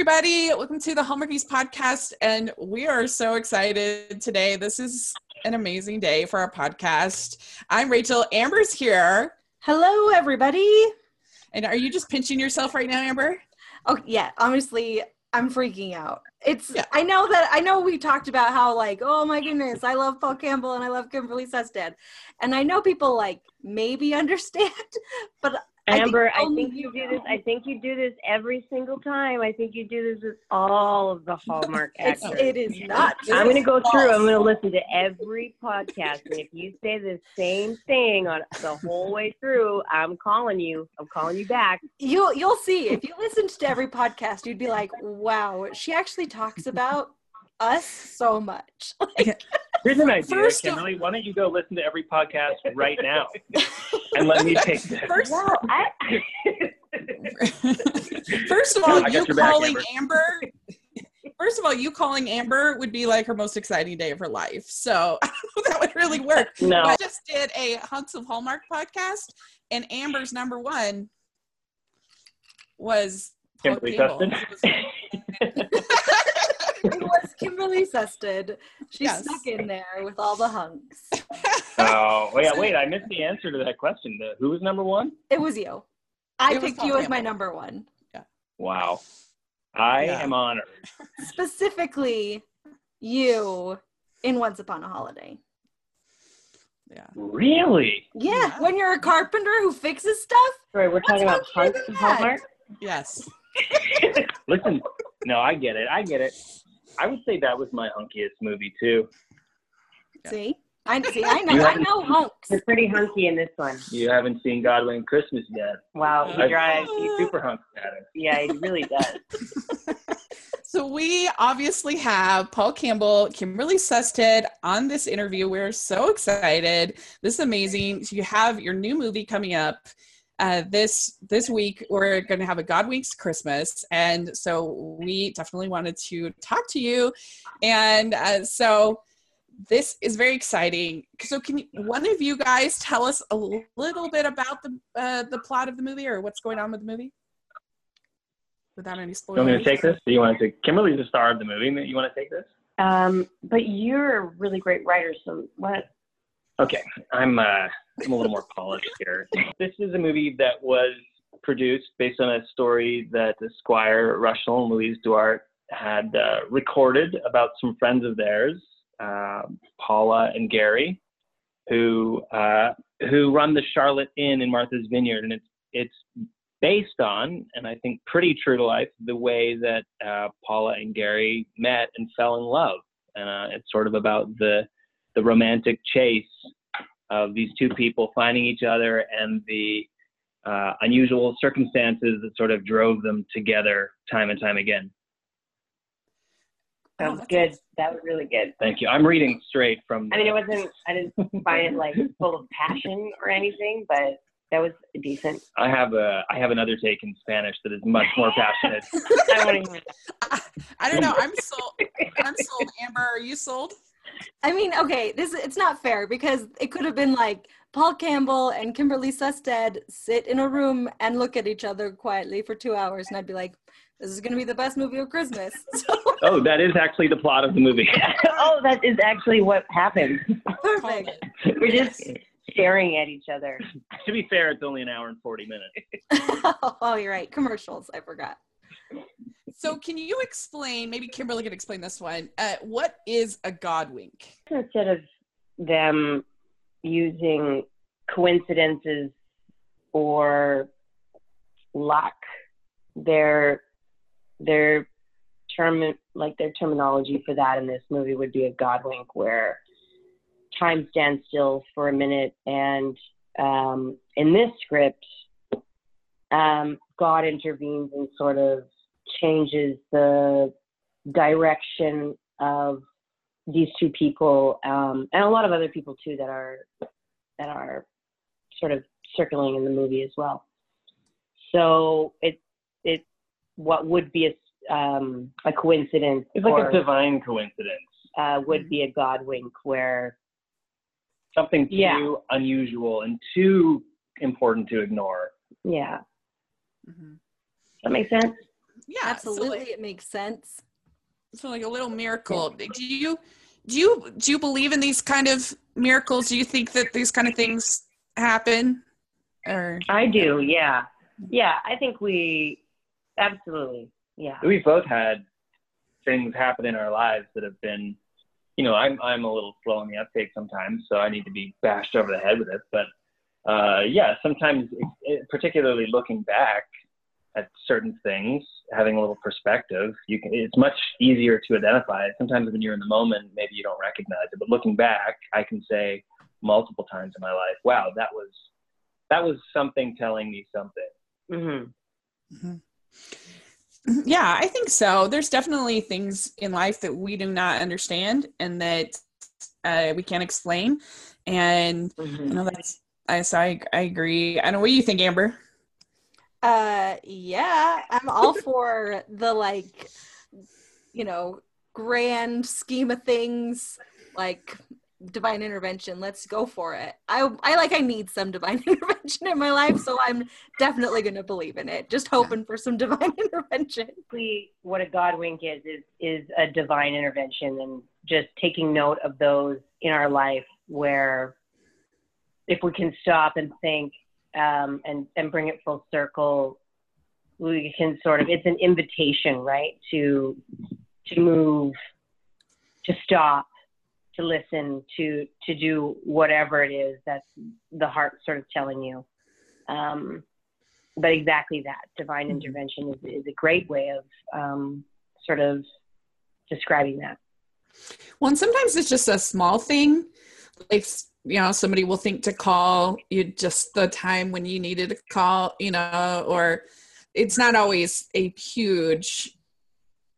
everybody. Welcome to the Home Reviews podcast. And we are so excited today. This is an amazing day for our podcast. I'm Rachel. Amber's here. Hello, everybody. And are you just pinching yourself right now, Amber? Oh, yeah. Honestly, I'm freaking out. It's, Yeah. I know that, I know we talked about how, like, oh my goodness, I love Paul Campbell and I love Kimberly Sested. And I know people, like, maybe understand, but I think Amber, I only think you you do know. this. I think you do this every single time. I think you do this with all of the Hallmark it's, actors. it is not. I'm going to go false. through. I'm going to listen to every podcast, and if you say the same thing on the whole way through, I'm calling you. I'm calling you back. You'll, you'll see. If you listened to every podcast, you'd be like, wow, she actually talks about us so much. Here's an idea, First of- Kimberly. Why don't you go listen to every podcast right now and let me take this? First, Well, I, first of Yeah, I all, got you your back, calling Amber. First of all, you calling Amber would be like her most exciting day of her life. So I don't know if that would really work. no, I just did a Hunts of Hallmark podcast, and Amber's number one was Paul Kimberly Campbell. Dustin? It was- it was Kimberly Sested. She Yes. stuck in there with all the hunks. Oh, wait, wait. I missed the answer to that question. The, who was number one? It was you. I It was picked Paul you as my Campbell. number one. Wow. I Yeah. am honored. Specifically, you in Once Upon a Holiday. yeah. Really? Yeah, Yeah. when you're a carpenter who fixes stuff. sorry, we're talking about What's wrong Hunks with and that? Hallmark. Yes. Listen, no, I get it. I get it. I would say that was my hunkiest movie, too. Yeah. See, I see. I You know. I haven't- know hunks. You're pretty hunky in this one. You haven't seen Godwin Christmas yet. Wow, he I- drives. He's super hunked at it. Yeah, he really does. So we obviously have Paul Campbell, Kimberly Sested on this interview. We're so excited. This is amazing. So you have your new movie coming up. Uh, this this week we're going to have a God Weeks Christmas, and so we definitely wanted to talk to you, and uh, so this is very exciting. So can you- one of you guys tell us a little bit about the uh, the plot of the movie or what's going on with the movie, without any You spoilers? want me to take this? Do you want to take Kimberly's the star of the movie. You want to take this? Um, but you're a really great writer, so what? Okay, I'm uh, I'm a little more polished here. This is a movie that was produced based on a story that Squire Russell and Louise Duarte had uh, recorded about some friends of theirs, uh, Paula and Gary, who uh, who run the Charlotte Inn in Martha's Vineyard, and it's it's based on, and I think pretty true to life, the way that uh, Paula and Gary met and fell in love, and uh, it's sort of about the the romantic chase of these two people finding each other and the uh, unusual circumstances that sort of drove them together time and time again. Oh, Sounds that's good. That was really good. Thank you. I'm reading straight from. I mean, it wasn't. I didn't find it like full of passion or anything, but that was decent. I have a. I have another take in Spanish that is much more passionate. I want to hear that. I, I don't know. I'm sold. I'm sold. Amber, are you sold? I mean, okay, this it's not fair because it could have been like Paul Campbell and Kimberly Sested sit in a room and look at each other quietly for two hours, and I'd be like, "This is gonna be the best movie of Christmas." So oh, that is actually the plot of the movie. oh, that is actually what happened. Called perfect. it. We're just staring at each other. to be fair, it's only an hour and forty minutes. oh, you're right. Commercials. I forgot. So, can you explain? Maybe Kimberly can explain this one. Uh, what is a God wink? Instead of them using coincidences or luck, their their term like their terminology for that in this movie would be a God wink, where time stands still for a minute, and um, in this script, um, God intervenes and sort of changes the direction of these two people um, and a lot of other people too that are that are sort of circling in the movie as well. So it it what would be a um, a coincidence It's like or, a divine coincidence. uh, would be a God wink where Something too Yeah. unusual and too important to ignore. yeah Mhm. that makes sense yeah, Absolutely, So like, it makes sense. so like a little miracle. Do you do you do you believe in these kind of miracles? Do you think that these kind of things happen? Or I do, yeah. Yeah, I think we absolutely, yeah. We've both had things happen in our lives that have been, you know, I'm I'm a little slow on the uptake sometimes, so I need to be bashed over the head with it. But uh, yeah, sometimes, it, it, particularly looking back at certain things, having a little perspective, you can. It's much easier to identify. it. Sometimes when you're in the moment, maybe you don't recognize it, but looking back, I can say multiple times in my life, wow, that was that was something telling me something. hmm mm-hmm. yeah, I think so. There's definitely things in life that we do not understand and that uh, we can't explain. And you hmm know that's I so I, I agree. I don't know what do you think, Amber. Uh, yeah, I'm all for the like, you know, grand scheme of things, like divine intervention. Let's go for it. I I like I need some divine intervention in my life, so I'm definitely gonna believe in it. Just hoping for some divine intervention. Basically, what a God wink is, is is a divine intervention and just taking note of those in our life where if we can stop and think um, and and bring it full circle, we can sort of it's an invitation, right? To to move, to stop, to listen, to to do whatever it is that the heart sort of telling you. Um, but exactly that divine Mhm. intervention is, is a great way of um, sort of describing that. Well, and sometimes it's just a small thing. Like, s- you know, somebody will think to call you just the time when you needed a call, you know, or it's not always a huge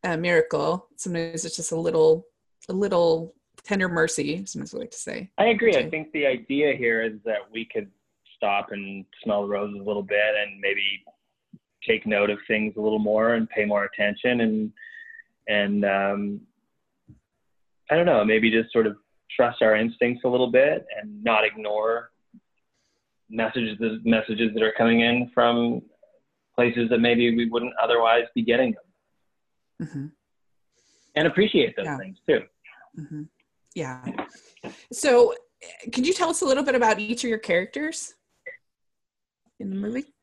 uh, miracle. Sometimes it's just a little, a little tender mercy, sometimes we like to say. I agree. too. I think the idea here is that we could stop and smell the roses a little bit and maybe take note of things a little more and pay more attention and and um, I don't know, maybe just sort of trust our instincts a little bit and not ignore messages messages that are coming in from places that maybe we wouldn't otherwise be getting them Mhm. and appreciate those Yeah. things too. Mhm. Yeah. So, eh, could you tell us a little bit about each of your characters in the movie?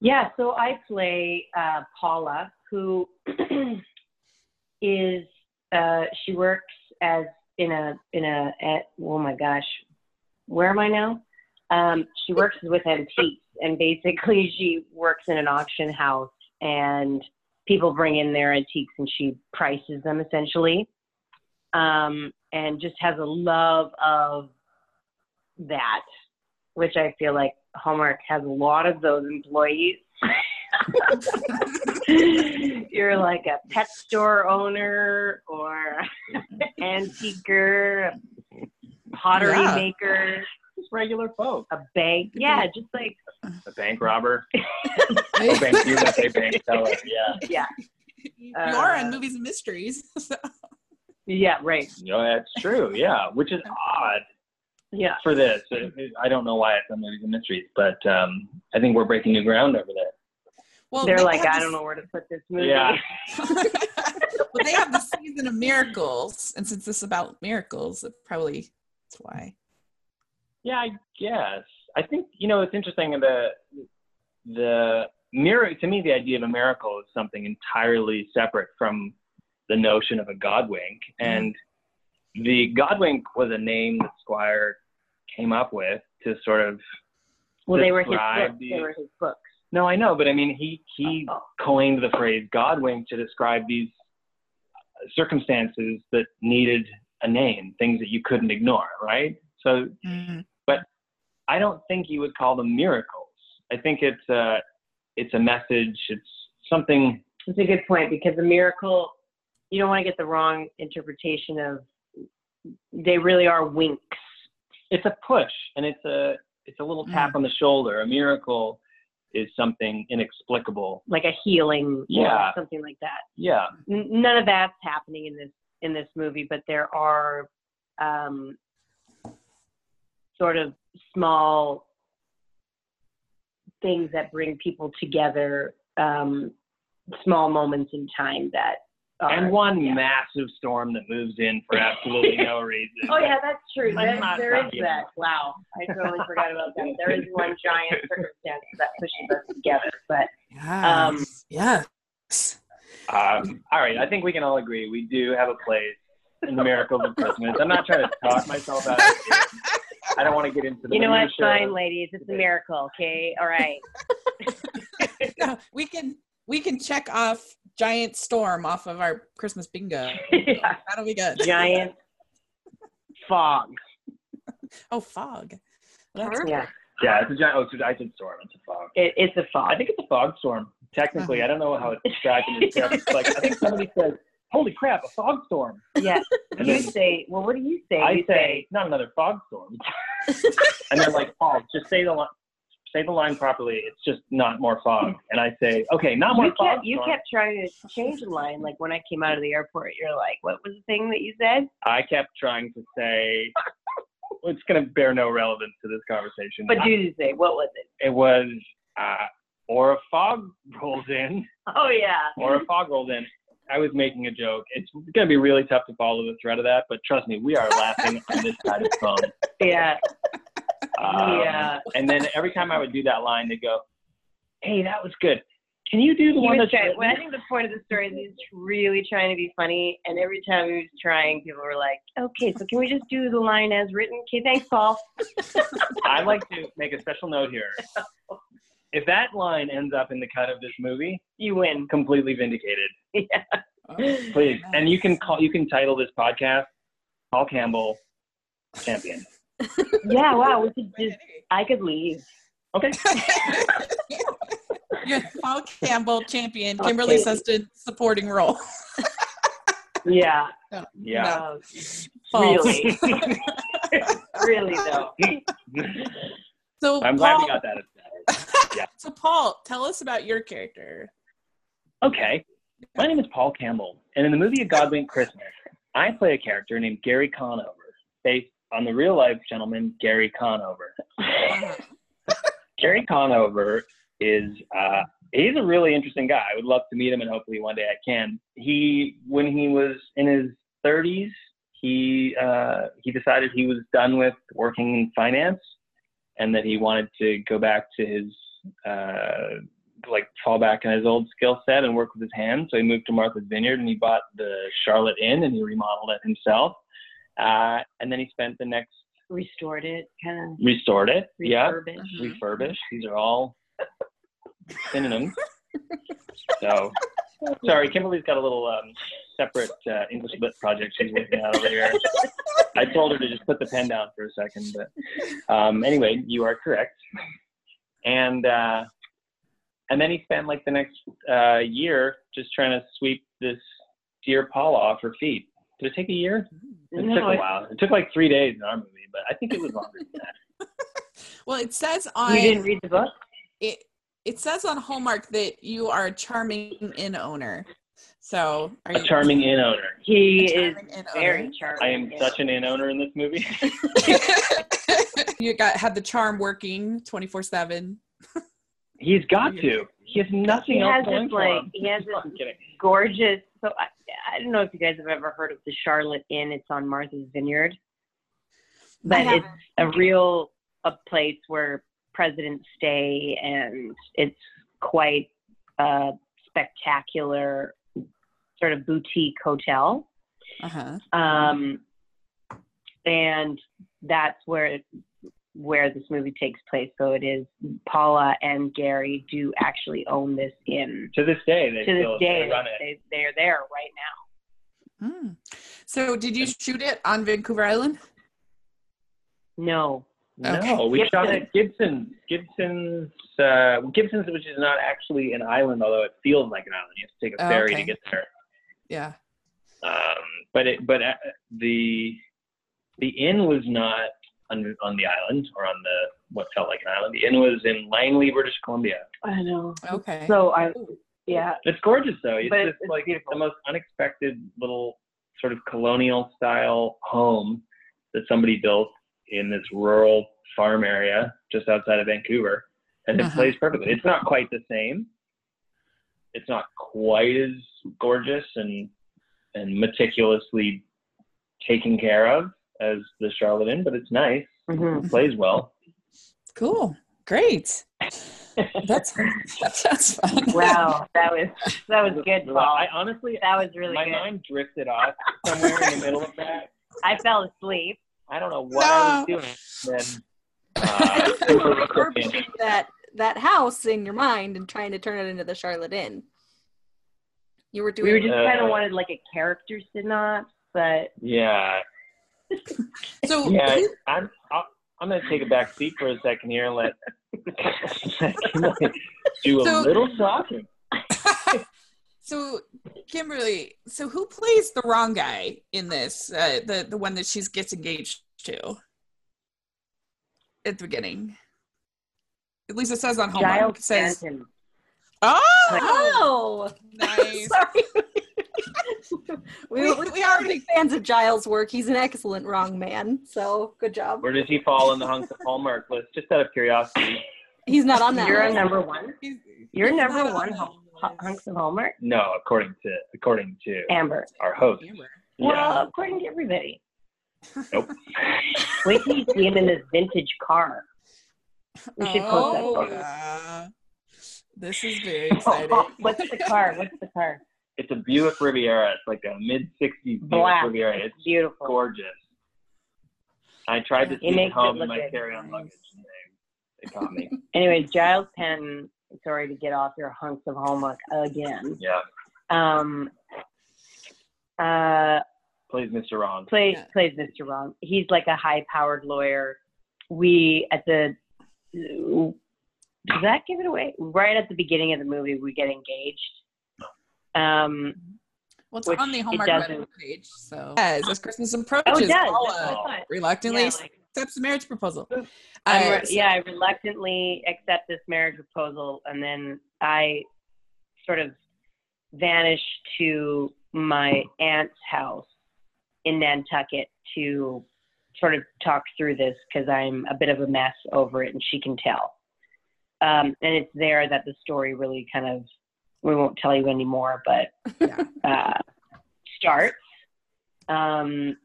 Yeah, so I play uh, Paula, who is uh, she works as in a in a at, oh my gosh, where am I now? Um, she works with antiques, and basically she works in an auction house, and people bring in their antiques, and she prices them essentially, um, and just has a love of that, which I feel like Hallmark has a lot of those employees. You're like a pet store owner or antiquer, pottery Yeah. maker, Just regular folk. a bank. Yeah, just like A bank robber. Oh, bank you, but they bank teller. Yeah. you are on Uh, movies and mysteries. yeah, right. No, that's true. Yeah, which is odd Yeah. for this. It- it- I don't know why it's on movies and mysteries, but um, I think we're breaking new ground over there. well, They're they like, have I this- don't know where to put this movie. Yeah. well, they have the season of miracles, and since this is about miracles, it probably that's why. Yeah, I guess. I think you know it's interesting. The the mirror to me, the idea of a miracle is something entirely separate from the notion of a god wink. And the god wink was a name that Squire came up with to sort of Well, they were his Describe books. the- They were his books. No, I know, but I mean, he he Oh. coined the phrase "God wink" to describe these uh, circumstances that needed a name, things that you couldn't ignore, right? So Mm, I don't think you would call them miracles. I think it's a it's a message. It's something. That's a good point because a miracle, you don't want to get the wrong interpretation of. They really are winks. It's a push, and it's a it's a little Mm. tap on the shoulder. A miracle is something inexplicable. like a healing Yeah. or something like that. Yeah, N- none of that's happening in this in this movie, but there are um, sort of small things that bring people together um, small moments in time that are, and one yeah. massive storm that moves in for absolutely no reason. Oh yeah, that's true. Let's There, not there is talk that. Wow, I totally forgot about that. There is one giant circumstance that pushes us together, but Uh-huh. Um, yes. Um, all right, I think we can all agree we do have a place in the miracles of Christmas. I'm not trying to talk myself out. Of it. I don't want to get into the you know what? minutia. Fine, ladies, it's a miracle. Okay, all right. No, we can we can check off giant storm off of our Christmas bingo. Yeah. That'll be good. Giant fog. Oh, fog. Well, that's- Perfect. Yeah, Yeah, it's a giant. Oh, it's a, I said storm. It's a fog. it, it's a fog. I think it's a fog storm. Technically, I don't know how it's described in the script. It's Like, I think somebody says, "Holy crap, a fog storm!" Yeah, And you then say. Well, what do you say? I You say, "Not another fog storm." and they're like, "Oh, just say the line." Say the line properly. It's just not more fog. And I say, okay, not more You fog. kept, you storm. kept trying to change the line. Like when I came out of the airport, you're like, "What was the thing that you said?" I kept trying to say well, it's going to bear no relevance to this conversation. But do you say what was it? it was uh, or a fog rolls in, Oh yeah. or a fog rolls in. I was making a joke. It's going to be really tough to follow the thread of that, but trust me, we are laughing on this side of the phone. Yeah. Um, Yeah. And then every time I would do that line, they go, "Hey, that was good. Can you do the He one was that's trying, well, I think the point of the story is he's really trying to be funny, and every time he was trying, people were like, "Okay, so can we just do the line as written?" Okay, thanks, Paul. I'd like to make a special note here. If that line ends up in the cut of this movie, You win. completely vindicated. oh, Please, nice. and you can call you can title this podcast "Paul Campbell Champion." Yeah, wow. We could just. I could leave. Okay, Yeah, Paul Campbell champion, Okay. Kimberly Seston supporting role. Yeah. yeah. um, False. really, really though. So I'm glad Paul, we got that. so Paul, tell us about your character. Okay, my name is Paul Campbell, and in the movie A Godwink Christmas, I play a character named Gary Conover, based on the real life gentleman Gary Conover. Gary Conover is uh, he's a really interesting guy. I would love to meet him, and hopefully one day I can. He when he was in his 30s, he uh, he decided he was done with working in finance, and that he wanted to go back to his uh, like fall back on his old skill set and work with his hands. So he moved to Martha's Vineyard and he bought the Charlotte Inn and he remodeled it himself. Uh, and then he spent the next Restored it, kind of. restored it. Yeah Refurbished. Mhm. refurbish. These are all synonyms. so, sorry, Kimberly's got a little um, separate uh, English lit project she's working on over here. I told her to just put the pen down for a second, but um, anyway, you are correct. And uh, and then he spent like the next uh, year just trying to sweep this dear Paula off her feet. Did it take a year? It took No, a while. It took like three days in our movie, but I think it was longer than that. Well, it says you didn't on read the book. it it says on Hallmark that you are a charming inn owner. So are A you charming inn owner. He a is charming inn very charming. I am such an inn owner in this movie. owner? you got had the charm working twenty four seven. He's got to. He has nothing He else has going this, for like- him. he has this- I'm kidding. gorgeous. So I, I don't know if you guys have ever heard of the Charlotte Inn. It's on Martha's Vineyard, but I it's a real a place where presidents stay, and it's quite a spectacular sort of boutique hotel. Uh-huh. Um, and that's where it, where this movie takes place. So it is Paula and Gary do actually own this inn. To this day, they To this still day, run it. they, they're there right now. Mm. So did you shoot it on Vancouver Island? No. No, we Gibson. shot at Gibson. Gibson's, uh, Gibson's, which is not actually an island, although it feels like an island. You have to take a Oh, ferry okay. to get there. Yeah. Um, but it, but uh, the the inn was not on on the island or on the what felt like an island. The inn was in Langley, British Columbia. I know. Okay. Mm-hmm. So I, Ooh. yeah, It's gorgeous though. It's But just it's- it's like beautiful. the most unexpected little sort of colonial style home that somebody built in this rural farm area just outside of Vancouver, and it Uh-huh. plays perfectly. It's not quite the same. it's not quite as gorgeous and and meticulously taken care of as the Charlotte Inn, but it's nice. Mhm. It plays well. Cool. Great. That's that sounds fun. Wow, that was that was good, Well, Paul. I honestly, That was really my good. mind drifted off somewhere in the middle of that. I fell asleep. I don't know what I was doing. Then, uh, You were refurbishing that that house in your mind and trying to turn it into the Charlotte Inn. You were We were doing just kind Uh, of wanted like a character synopsis, but yeah, So yeah. who- I'm I'll- I'm gonna take a back seat for a second here and let do a So- little talking. so Kimberly, so who plays the wrong guy in this? Uh, the the one that she gets engaged to at the beginning. At least it says on homework. Giles It says, Stanton. "Oh, Oh, nice." sorry. We- we, we, we are already- big fans of Giles' work. He's an excellent wrong man. So good job. Where does he fall in the hunk of Hallmark list? Just out of curiosity. He's not on that. You're a list. number one. You're number one Hul- Hu- hunks of Hallmark, No, according to according to Amber. our host. Yeah. Well, according to everybody. Wait till you see him in this vintage car. We should post that Oh, photo. Oh, uh, this is very exciting. What's the car? What's the car? It's a Buick Riviera. It's like a mid '60s Buick Black. Riviera. It's Beautiful. gorgeous. I tried to It take it makes it home look in my good. carry-on luggage. And they, they caught me. Anyway, Giles Penn. Sorry to get off your hunks of Hallmark again. Yeah, Um, uh, plays Mr. Wrong. plays Yeah. plays Mr. Wrong. He's like a high-powered lawyer. We at the does that give it away? Right at the beginning of the movie, we get engaged. Um, Well, it's Which on the it Hallmark doesn't- web page, so yes, as Christmas approaches, oh, it does. That's what I Paula thought. reluctantly Yeah, like, accepts a marriage proposal. I'm Uh, I'm re- so- yeah, I reluctantly accept this marriage proposal, and then I sort of vanish to my aunt's house in Nantucket to sort of talk through this because I'm a bit of a mess over it, and she can tell. Um, and it's there that the story really kind of we won't tell you anymore, but Yeah. uh, starts. Um,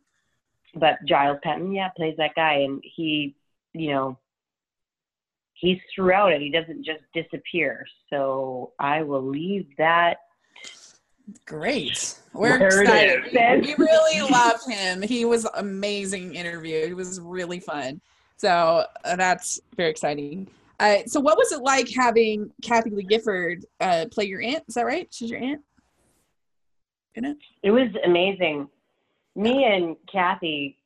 but Giles Patton, yeah, plays that guy, and he, you know, he's throughout it. He doesn't just disappear. So I will leave that. Great. We're Where it excited. is. Then- We really love him. He was amazing interview. He was really fun. So uh, that's very exciting. Uh, so what was it like having Kathy Lee Gifford uh, play your aunt? Is that right? She's your aunt? In it? It was amazing. Me and Kathy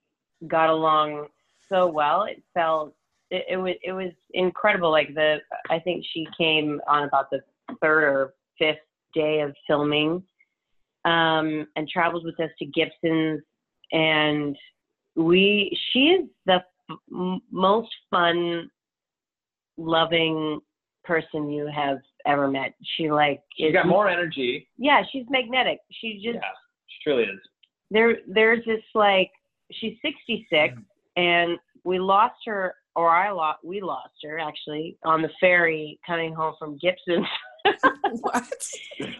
got along so well. It felt it, it was it was incredible. Like the I think she came on about the third or fifth day of filming, um, and traveled with us to Gibson's, and we she is the f- m- most fun, loving person you have ever met. She like She's is- got more energy. Yeah, she's magnetic. She just Yeah, she truly is. there there's this like she's 66 and we lost her or I lost we lost her actually on the ferry coming home from Gibson What?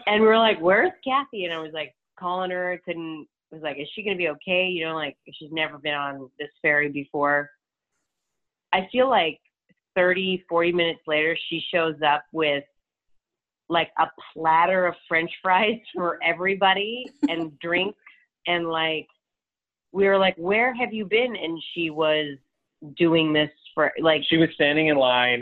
and we were like where's Kathy and I was like calling her couldn't was like is she going to be okay you know like she's never been on this ferry before I feel like 30 40 minutes later she shows up with like a platter of french fries for everybody and drinks and like we were like where have you been and she was doing this for like She was standing in line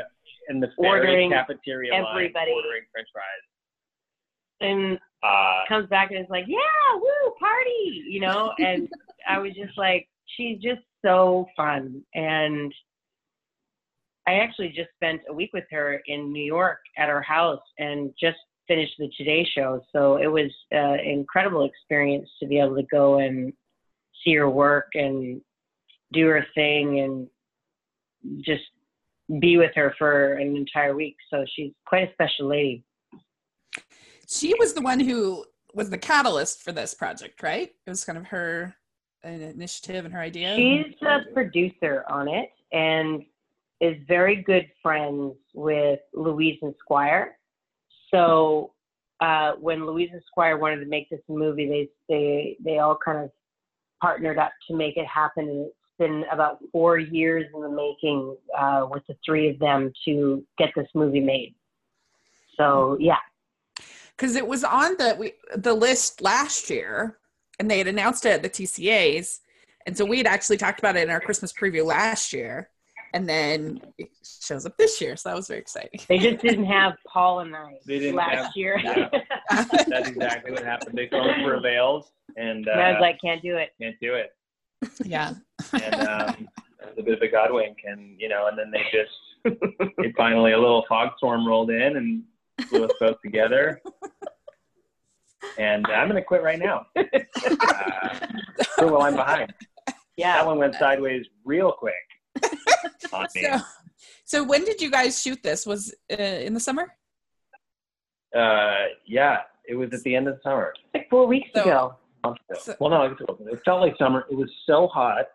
in the ferry Ordering cafeteria everybody. line, ordering French fries. and Uh, comes back and is like, "Yeah, woo, party!" You know, and I was just like, "She's just so fun." And I actually just spent a week with her in New York at her house, and just finished the Today Show, so it was uh, an incredible experience to be able to go and see her work and do her thing and just be with her for an entire week. So she's quite a special lady. She was the one who was the catalyst for this project, right? It was kind of her uh, initiative and her idea. She's a producer on it and is very good friends with Louise and Squire. So uh, when Louise and Squire wanted to make this movie, they they they all kind of partnered up to make it happen, and it's been about four years in the making uh, with the three of them to get this movie made. So yeah, because it was on the we, the list last year, and they had announced it at the TCAs, and so we had actually talked about it in our Christmas preview last year, and then it shows up this year. So that was very exciting. they just didn't have Paul and I They didn't last have- year. yeah. That's exactly what happened. They called for avails and uh, and I was like, can't do it. can't do it. yeah. And um, it was a bit of a god wink, and you know, and then they just it finally a little fogstorm rolled in and blew us both together. And I'm gonna quit right now. Uh, quit while I'm behind. That Yeah, one went sideways real quick. on me. So, so when did you guys shoot this? Was uh, in the summer? Uh, yeah, it was at the end of summer. like four weeks So- ago. So- well, no, it was- it felt like summer. It was so hot,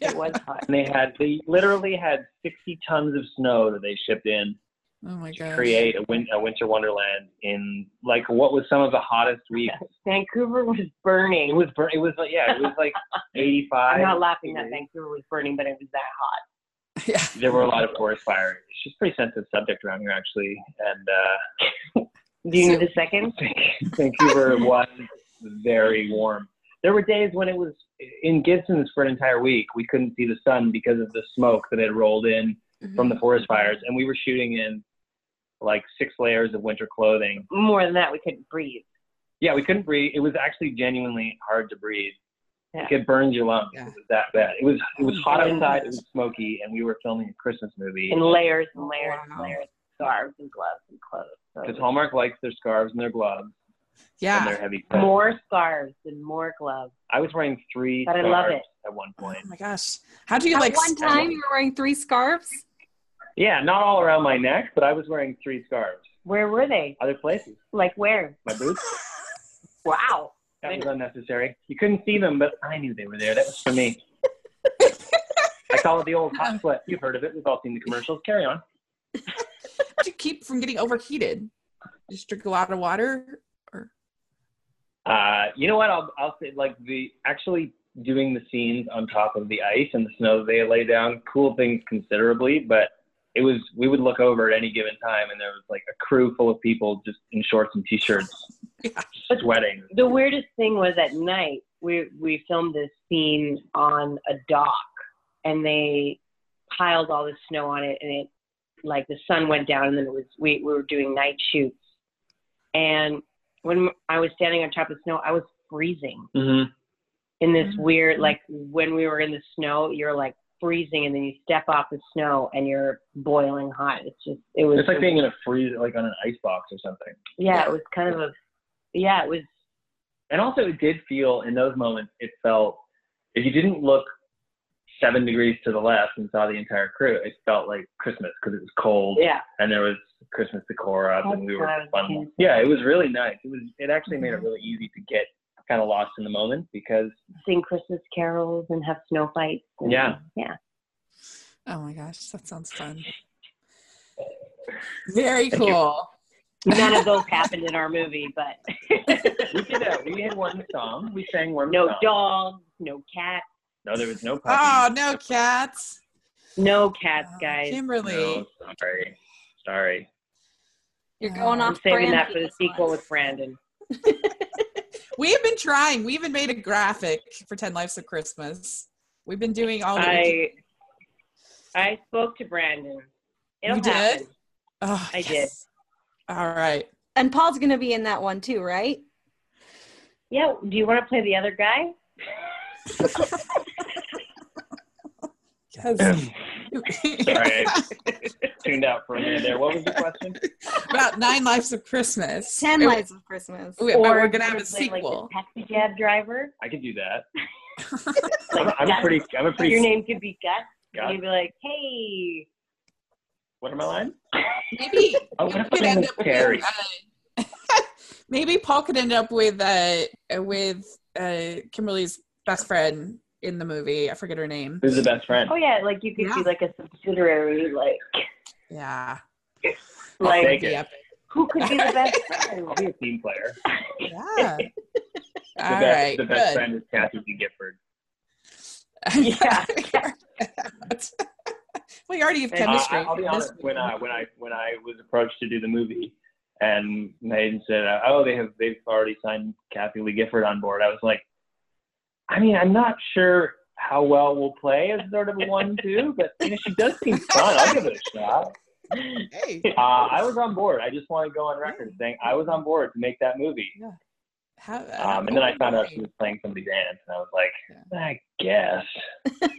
It was hot. and they had they literally had 60 tons of snow that they shipped in Oh my to gosh. create a, win- a winter wonderland in like what was some of the hottest weeks. Vancouver was It burning. was burn. It was like yeah, it was like 85. I'm not laughing that degrees. Vancouver was burning, but it was that hot. Yeah. There were a lot of forest fires. It's just a pretty sensitive subject around here actually, and uh, Do you So- need a second? Vancouver was very warm. There were days when it was in Gibson's for an entire week. We couldn't see the sun because of the smoke that had rolled in from the forest fires, and we were shooting in like six layers of winter clothing. More than that, we couldn't breathe. Yeah, we couldn't breathe. It was actually genuinely hard to breathe. Yeah. Like, It burned your lungs. Yeah. It was that bad. It was it was Oh, hot yeah. outside. It was smoky, and we were filming a Christmas movie. In layers and layers and Wow. layers, scarves and gloves and clothes. So Because Hallmark likes their scarves and their gloves and Yeah. their heavy coats. more scarves and more gloves. I was wearing three But I scarves love at one Oh point. my gosh. How do you At like? one time, you were wearing three scarves. Yeah, not all around my neck, but I was wearing three scarves. Where were they? Other places, Like where? my boots. Wow. That was unnecessary. You couldn't see them, but I knew they were there. That was for me. I call it the old hot sweat. You've heard of it. We've all seen the commercials. Carry on. How do you keep from getting overheated? Just drink a lot of water. Uh, you know what? I'll, I'll say like the actually doing the scenes on top of the ice and the snow that they lay down cool things considerably, but it was we would look over at any given time and there was like a crew full of people just in shorts and t-shirts sweating. The weirdest thing was at night we we filmed this scene on a dock and they piled all the snow on it and it like the sun went down and then it was we, we were doing night shoots. And when I was standing on top of the snow, I was freezing. Mm-hmm. in this Mhm. weird like when we were in the snow you're like freezing and then you step off the snow and you're boiling hot it's just it was It's like being in a freeze like on an ice box or something. yeah it was kind of a yeah it was And also, it did feel in those moments, it felt if you didn't look seven degrees to the left and saw the entire crew, it felt like Christmas because it was cold yeah and there was Christmas decor up and we were That's what I was fun. Yeah, it was really nice. It was. It actually made it really easy to get kind of lost in the moment because sing christmas carols and have snow fights and- Yeah. yeah Oh my gosh, that sounds fun. Very cool. none of those happened in our movie but we did. A, we had one song. We sang one. no song. dogs no cats No, there was no puppy. Oh no, cats. no cats Oh, guys Kimberly. No, sorry, sorry. You're Oh. going I'm i'm off. saving brand that for the this sequel one. with brandon We have been trying. We even made a graphic for Ten Lives of Christmas. We've been doing all. that we can- i i spoke to brandon It'll You did? happen. Oh, I yes. did. All right. And Paul's going to be in that one too, right? Yeah, do you want to play the other guy? Yes. Sorry, I tuned out for a minute there. What was the question? About nine lives of Christmas. Ten It- Lights of Christmas. we- but we're do gonna you have a wanna play, like, the sequel. taxi cab driver. I could do that. Like, I'm, I'm Gus. pretty. I'm a pretty. Your name could be Gus. Gus? And you'd be like, hey, What am I lying? Maybe Oh, you what if could my name end is up with, Terry? uh, maybe Paul could end up with uh, uh, with uh, Kimberly's best friend in the movie. I forget her name. Who's the best friend? oh yeah, like you could Yeah. be like a subsidiary, like Yeah. I'll like take Yep. Who could be the best friend? I'll be a team player. Yeah. The All best, right. the best good. friend is Kathy B. Gifford. Yeah. we already have And I- chemistry. I, will be This honest. week. When I when I when I was approached to do the movie, and my agent said, uh, "Oh, they have they've already signed Kathy Lee Gifford on board," I was like, "I mean, I'm not sure how well we'll play as sort of a one-two, but you know, she does seem fun. I'll give it a shot." hey, Uh, I was on board. I just want to go on record saying I was on board to make that movie. how, uh, Um, and then I found out she okay. was playing somebody's aunt, and I was like, I guess.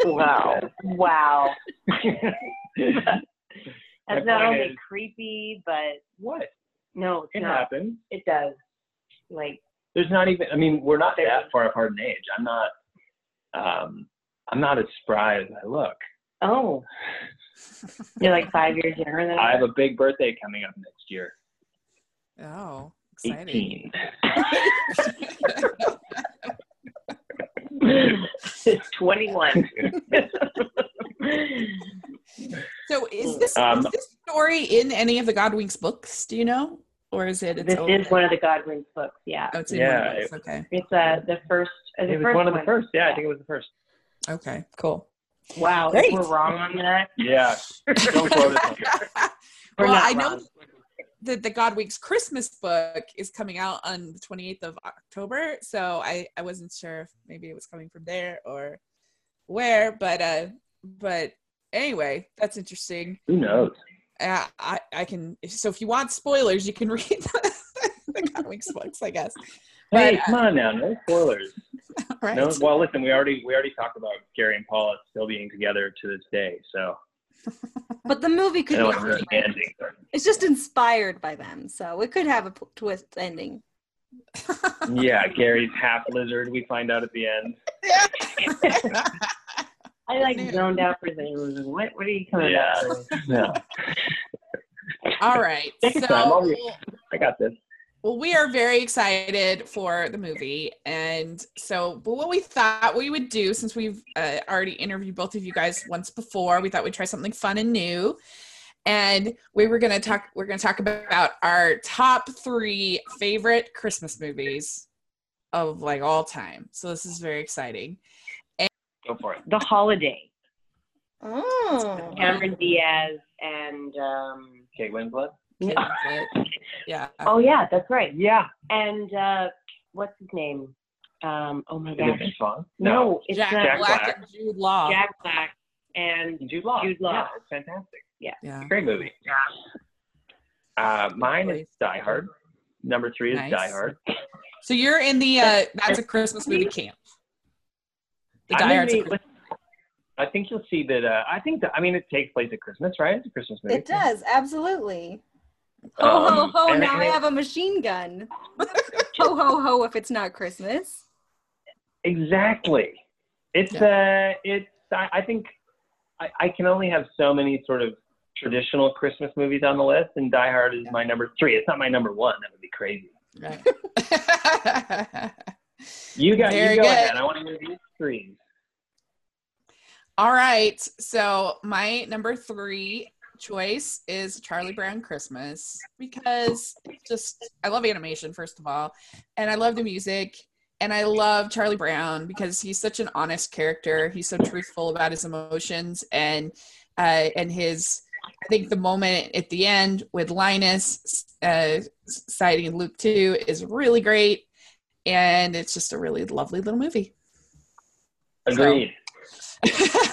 Wow. Wow. My That's not point only is- creepy, but what? no, it's It not. happens. It does. Like, there's not even i mean we're not There- that far apart in age i'm not um i'm not as spry as i look oh, you're like five years younger than i have a big birthday coming up next year Oh, exciting. 18 21. so is this, Um, is this story in any of the Godwinks books? Do you know? Or is it? It's this own- is one of the Godwin's books. Yeah, Oh, it's in one of Yeah, those, Okay. it's uh the first. Uh, the it was first one of the first yeah i think it was the first Okay, cool. Wow, if Great. we're wrong on that. yeah don't quote us on that. We're Well, not I know- wrong. the, the God Weeks Christmas book is coming out on the 28th of October. So I, I wasn't sure if maybe it was coming from there or where, but, uh, but anyway, that's interesting. who knows Uh, I, I can, so if you want spoilers, you can read the, the God Weeks books, I guess. But, hey come on now no spoilers All right. no well listen we already we already talked about gary and paula still being together to this day so But the movie I could don't be want to ruin the different. ending. It's just inspired by them, so it could have a p- twist ending. yeah gary's half lizard we find out at the end I like Yeah. zoned out for things. What? What are you coming yeah up with? no All right. Take your time, I'll So, read. i got this Well, we are very excited for the movie. And so, but what we thought we would do, since we've uh, already interviewed both of you guys once before, we thought we'd try something fun and new. And we were going to talk, we're going to talk about our top three favorite Christmas movies of like all time. So, this is very exciting. go for it The holiday. Oh, Cameron Diaz and um. Kate Winslet. Kate Winslet. Yeah. Oh yeah, that's right. Yeah. And uh, what's his name? Um. Oh my Is it gosh. Vince Vaughn? No, it's Jack, uh, Jack Black, Black. and Jude Law. Jack Black and No. Jude Law. Jude Law. Yeah, it's fantastic. yeah. Great movie. Uh, mine is Die Hard. Number three is Nice. Die Hard. So, you're in the, uh, that's a Christmas movie camp. The I'm Die Hard's a in Christmas the- I think you'll see that. Uh, I think that, I mean it takes place at Christmas, right? It's a Christmas movie. it does absolutely. Oh, Ho ho Um, ho! and- Now I and- have a machine gun. ho ho ho! If it's not Christmas, Exactly. It's uh, it's. I, I think I, I can only have so many sort of traditional Christmas movies on the list, and Die Hard is my number three. It's not my number one. That would be crazy. Right. You got Very you go good. ahead. I want to hear these three. All right. So my number three choice is Charlie Brown Christmas because it's just I love animation first of all, and I love the music. And I love Charlie Brown because he's such an honest character. He's so truthful about his emotions and uh, and his. I think the moment at the end with Linus uh, citing Luke too is really great, and it's just a really lovely little movie. Agreed.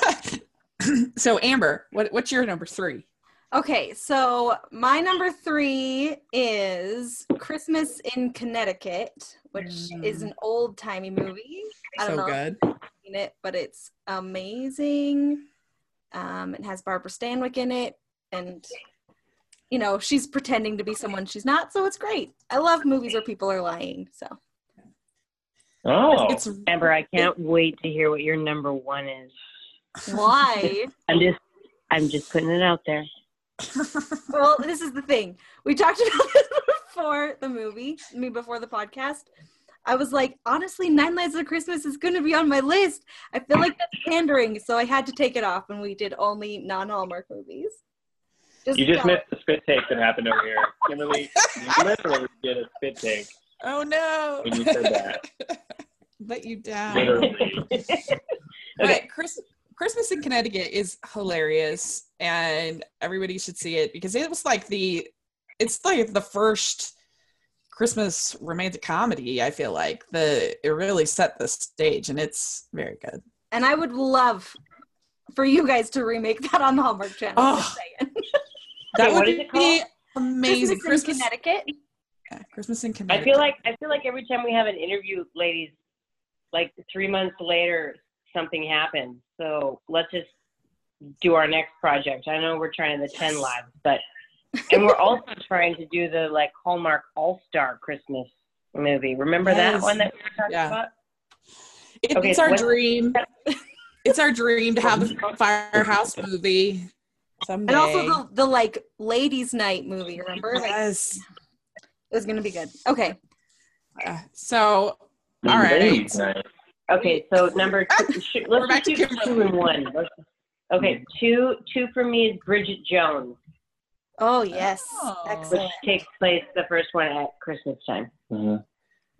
so Amber, what, what's your number three? Okay, so my number three is Christmas in Connecticut, which is an old timey movie. I don't know if good. you've seen it, but it's amazing. Um, it has Barbara Stanwyck in it, and you know she's pretending to be someone she's not, so it's great. I love movies where people are lying. So Oh, It's Amber, I can't wait to hear what your number one is. why? I'm just, I'm just putting it out there. well, this is the thing. We talked about this before the movie, I mean, before the podcast. I was like, honestly, Nine Lives of Christmas is going to be on my list. I feel like that's pandering, so I had to take it off, and we did only non Hallmark movies. Just You just go. missed the spit take that happened over here. Kimberly you literally did a spit take Oh no. when you said that. Let you down. Literally. Okay. But Chris, Christmas in Connecticut is hilarious, and everybody should see it because it was like the, it's like the first Christmas romantic comedy. I feel like the it really set the stage, and it's very good. And I would love for you guys to remake that on the Hallmark Channel. just Oh, saying. That Okay, would what is be it called? amazing. Christmas in Christmas, Connecticut. yeah, Christmas in I Connecticut. feel like I feel like every time we have an interview, ladies, like three months later, something happens. So let's just do our next project. I know we're trying the ten lives, but and we're also trying to do the like Hallmark All Star Christmas movie. Remember that Yes. one that we were talking Yeah. about? It- Okay, it's our what- dream. It's our dream to have a firehouse movie someday. And also the, the like ladies' night movie, remember? Like, it yes. was gonna be good. Okay. Yeah. Uh, So All right. Ladies' night. Okay, so number two, sh- We're let's back just to do two Kimberly. Mm. and one. Let's- Okay, two two for me is Bridget Jones, Oh yes. Oh. which Excellent. takes place the first one at Christmas time. Mhm.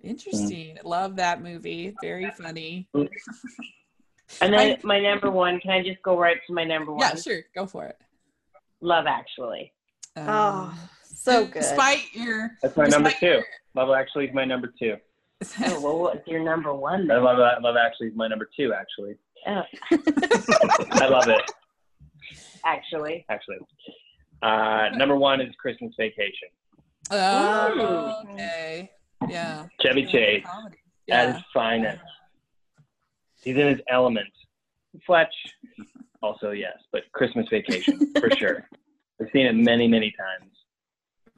Interesting. Mm. Love that movie. Very funny. And then I- my number one, can I just go right to my number one? Yeah, sure. Go for it. Love Actually. Oh, Um, so good. Despite your That's my number despite two. Love Actually is my number two. your- Oh, well, what's your number one I then? love that. Love Actually is my number two. Actually, Oh, I love it. actually. Actually, uh, number one is Christmas Vacation. oh, okay. Yeah. Chevy Chase Comedy. at Yeah. his finest. He's in his element. Fletch, also yes, but Christmas Vacation for sure. I've seen it many, many times.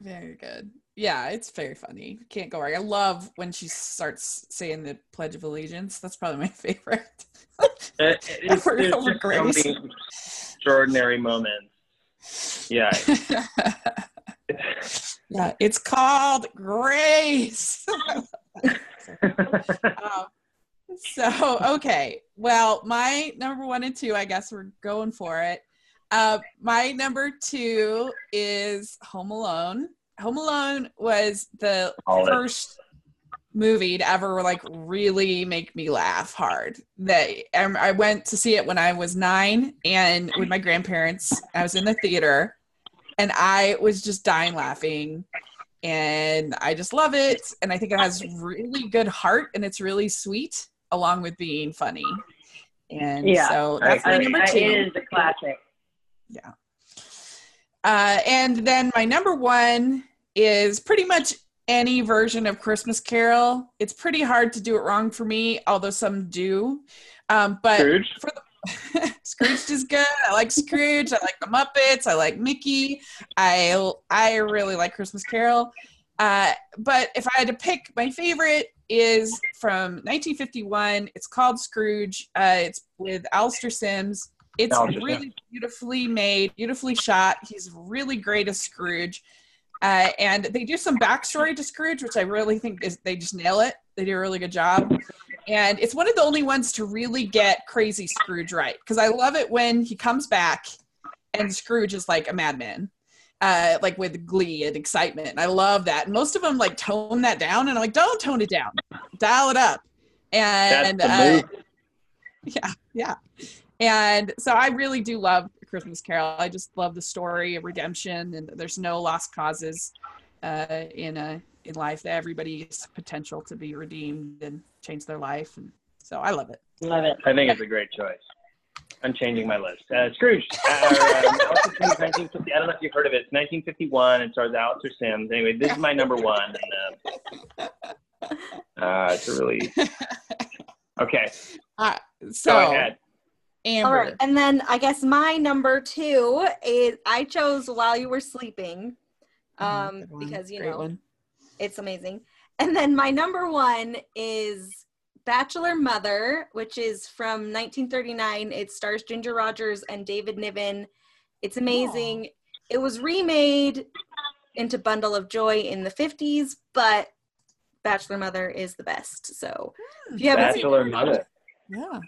Very good. Yeah, it's very funny. Can't go wrong. I love when she starts saying the Pledge of Allegiance. That's probably my favorite. Uh, it- it's- Over- there's over just so Grace. many extraordinary moments. Yeah, yeah, it's called Grace. Um, so okay well my number one and two i guess we're going for it uh, my number two is home alone home alone was the All it. first movie to ever like really make me laugh hard that um, i went to see it when i was nine and with my grandparents i was in the theater and i was just dying laughing and I just love it. And I think it has really good heart and it's really sweet, along with being funny. And Yeah, so I that's my agree. number I- two. it is a classic. Uh, and then my number one is pretty much any version of Christmas Carol. It's pretty hard to do it wrong for me, although some do. Um, but Scrooge. Scrooge is good. I like Scrooge. I like the Muppets. I like Mickey. I I really like Christmas Carol. Uh, but if I had to pick, my favorite is from 1951. It's called Scrooge. Uh, it's with Alistair Sims. It's Alistair Sims. really beautifully made, beautifully shot. He's really great as Scrooge. Uh, and they do some backstory to Scrooge, which I really think is they just nail it. They do a really good job. And it's one of the only ones to really get crazy Scrooge right. Because I love it when he comes back and Scrooge is like a madman, uh, like with glee and excitement. I love that. And most of them like tone that down. And I'm like, don't tone it down, dial it up. That's And the uh, move. yeah, yeah. And so I really do love A Christmas Carol. I just love the story of redemption and there's no lost causes uh, in a in life that everybody's potential to be redeemed and change their life. And so I love it. Love it. I think it's a great choice. I'm changing my list. Uh, Scrooge. Uh, um, Alistair Sims, 1950 I don't know if you've heard of it. It's 1951. It stars Alistair Sims. Anyway, this is my number one. And, uh, uh, it's a really okay. So Go ahead. Amber, All right. And then I guess my number two is I chose While You Were Sleeping. Mhm, Um, good one. because you Great know one. it's amazing. And then my number one is Bachelor Mother, which is from 1939. It stars Ginger Rogers and David Niven. It's amazing. It was remade into Bundle of Joy in the 50s, but Bachelor Mother is the best. So if you haven't seen Bachelor Mother. Yeah,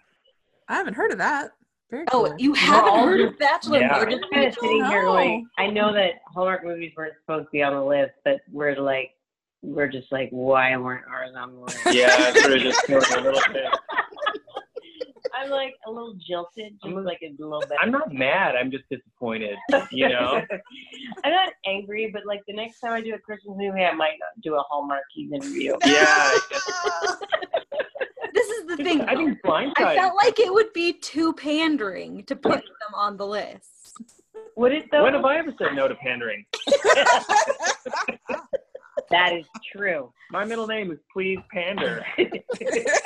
I haven't heard of that. Very Oh, cool. you We're haven't all- heard of Bachelor Yeah. Morgan? I'm kind of Mitchell? sitting here No. going, I know that Hallmark movies weren't supposed to be on the list, but we're like, we're just like, why weren't ours on the list? Yeah, sort of just feeling a little bit. I'm like a little jilted, just like a little bit. I'm not mad. I'm just disappointed. You know. I'm not angry, but like the next time I do a Christmas movie, I might not do a Hallmarkies interview. Yeah. This is the thing. I think blindsided. I felt like it would be too pandering to put them on the list. Would it though? when have I ever said no to pandering? that is true. My middle name is Please Pander.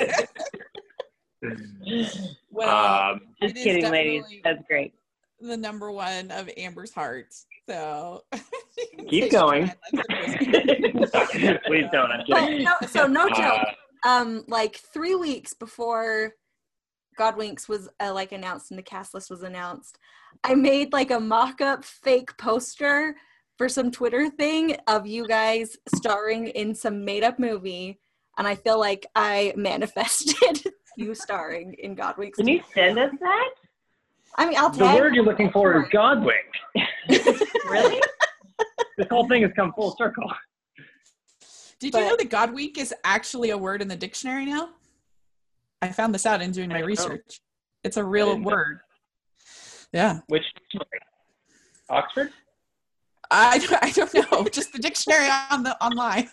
well, um, It Just is kidding, ladies. definitely- That's great. the number one of Amber's heart. So Keep going. Please don't. I'm Oh, kidding. no, so no joke. Uh, Um, like three weeks before Godwinks was uh, like announced and the cast list was announced, I made like a mock-up fake poster for some Twitter thing of you guys starring in some made-up movie, and I feel like I manifested you starring in Godwinks. Can you send us that? I mean, I'll Uh, the tag. word you're looking for is Godwink. Really? This whole thing has come full circle. Did But- you know that God Week is actually a word in the dictionary now? I found this out in doing my Oh. research. It's a real didn't know. word. Yeah. Which Oxford? I don't, I don't know. Just the dictionary on the online.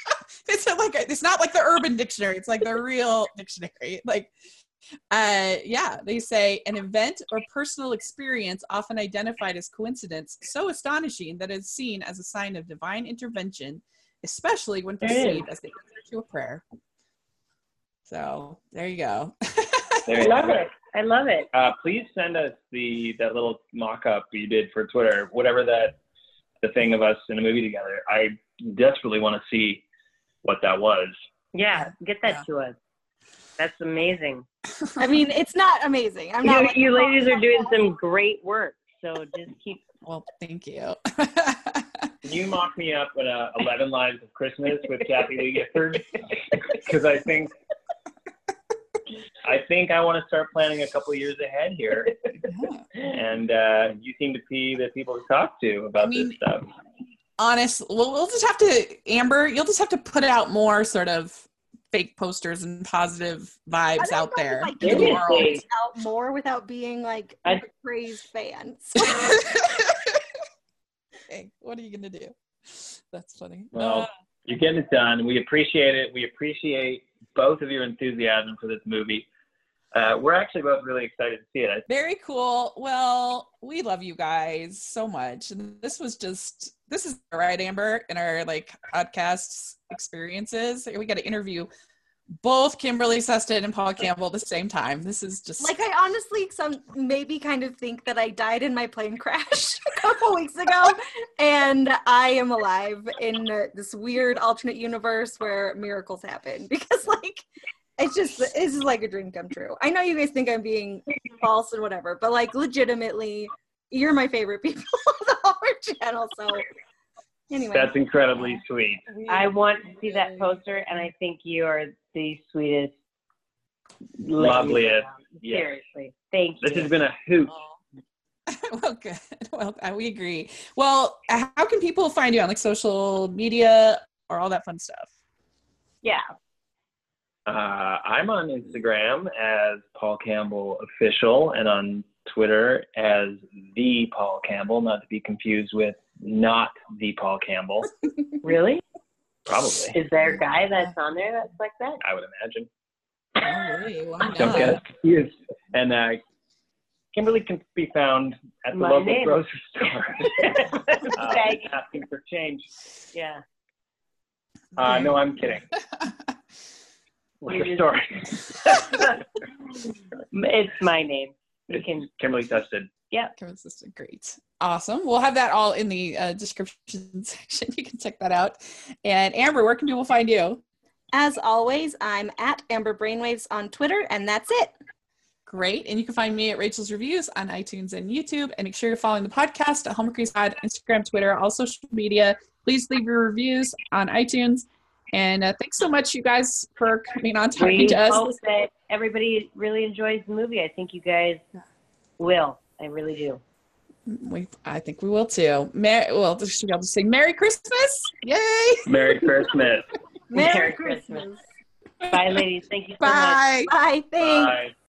it's not like it's not like the urban dictionary. It's like the real dictionary. Like, uh, yeah, they say an event or personal experience often identified as coincidence, so astonishing that it's seen as a sign of divine intervention, especially when There it is. perceived as the answer to a prayer. So there you go. There I you love go. it. I love it. Uh, please send us the that little mock-up you did for Twitter, whatever that the thing of us in a movie together. I desperately want to see what that was. Yeah, get that Yeah. to us. That's amazing. I mean, it's not amazing. I'm You, not. like, "Oh, you ladies are doing some great work. So just keep. Well, thank you. Can you mock me up at uh, Eleven Lives of Christmas with Kathy Lee Gifford? Because I think I think I want to start planning a couple years ahead here, Yeah. and uh, you seem to be the people to talk to about I this mean- stuff. honest well we'll just have to amber you'll just have to put out more sort of fake posters and positive I vibes don't out know if there I in the can world. Seriously. out more without being like I- crazed fans. Okay, what are you gonna do that's funny Well, Uh, You're getting it done. We appreciate it. We appreciate both of your enthusiasm for this movie. Uh, we're actually both really excited to see it. very cool well we love you guys so much and this was just this is right amber in our like podcast experiences we got to interview both kimberly seston and paul campbell at the same time this is just like I honestly some maybe kind of think that I died in my plane crash a couple weeks ago and I am alive in uh, this weird alternate universe where miracles happen because like it's just it's just like a dream come true. I know you guys think I'm being false and whatever, but like legitimately you're my favorite people on the Hallmark channel so anyway. That's incredibly sweet. I want to see that poster, and I think you are the sweetest, lady. Loveliest, yes. Seriously, thank you. This has been a hoot. well, good. Well, uh, we agree. Well, uh, how can people find you on like social media or all that fun stuff? yeah. Uh, I'm on Instagram as Paul Campbell Official and on Twitter as The Paul Campbell, not to be confused with not The Paul Campbell, Really? probably, Is there a guy that's on there that's like that? I would imagine. Alright, why Don't get not? us confused. And uh, Kimberly can be found at the My local name. grocery store. uh, Thank- asking for change. yeah. Uh, no, I'm kidding. You're Liquor store. Uh, It's my name. You can. Kimberly tested. Consistent, great, awesome. We'll have that all in the uh, description section. You can check that out. And Amber, where can people find you? As always, I'm at Amber Brainwaves on Twitter, and that's it. Great, and you can find me at Rachel's Reviews on iTunes and YouTube. And make sure you're following the podcast at Hallmark Pod, Instagram, Twitter, all social media. Please leave your reviews on iTunes. And uh, thanks so much, you guys, for coming on talking We to us. hope that everybody really enjoys the movie. I think you guys will. I really do. We, I think we will too. Mer- well, should we all just say Merry Christmas? Yay! Merry Christmas. Merry Merry Christmas. Bye, ladies. Thank you so much. Bye. Bye. Thanks. Bye.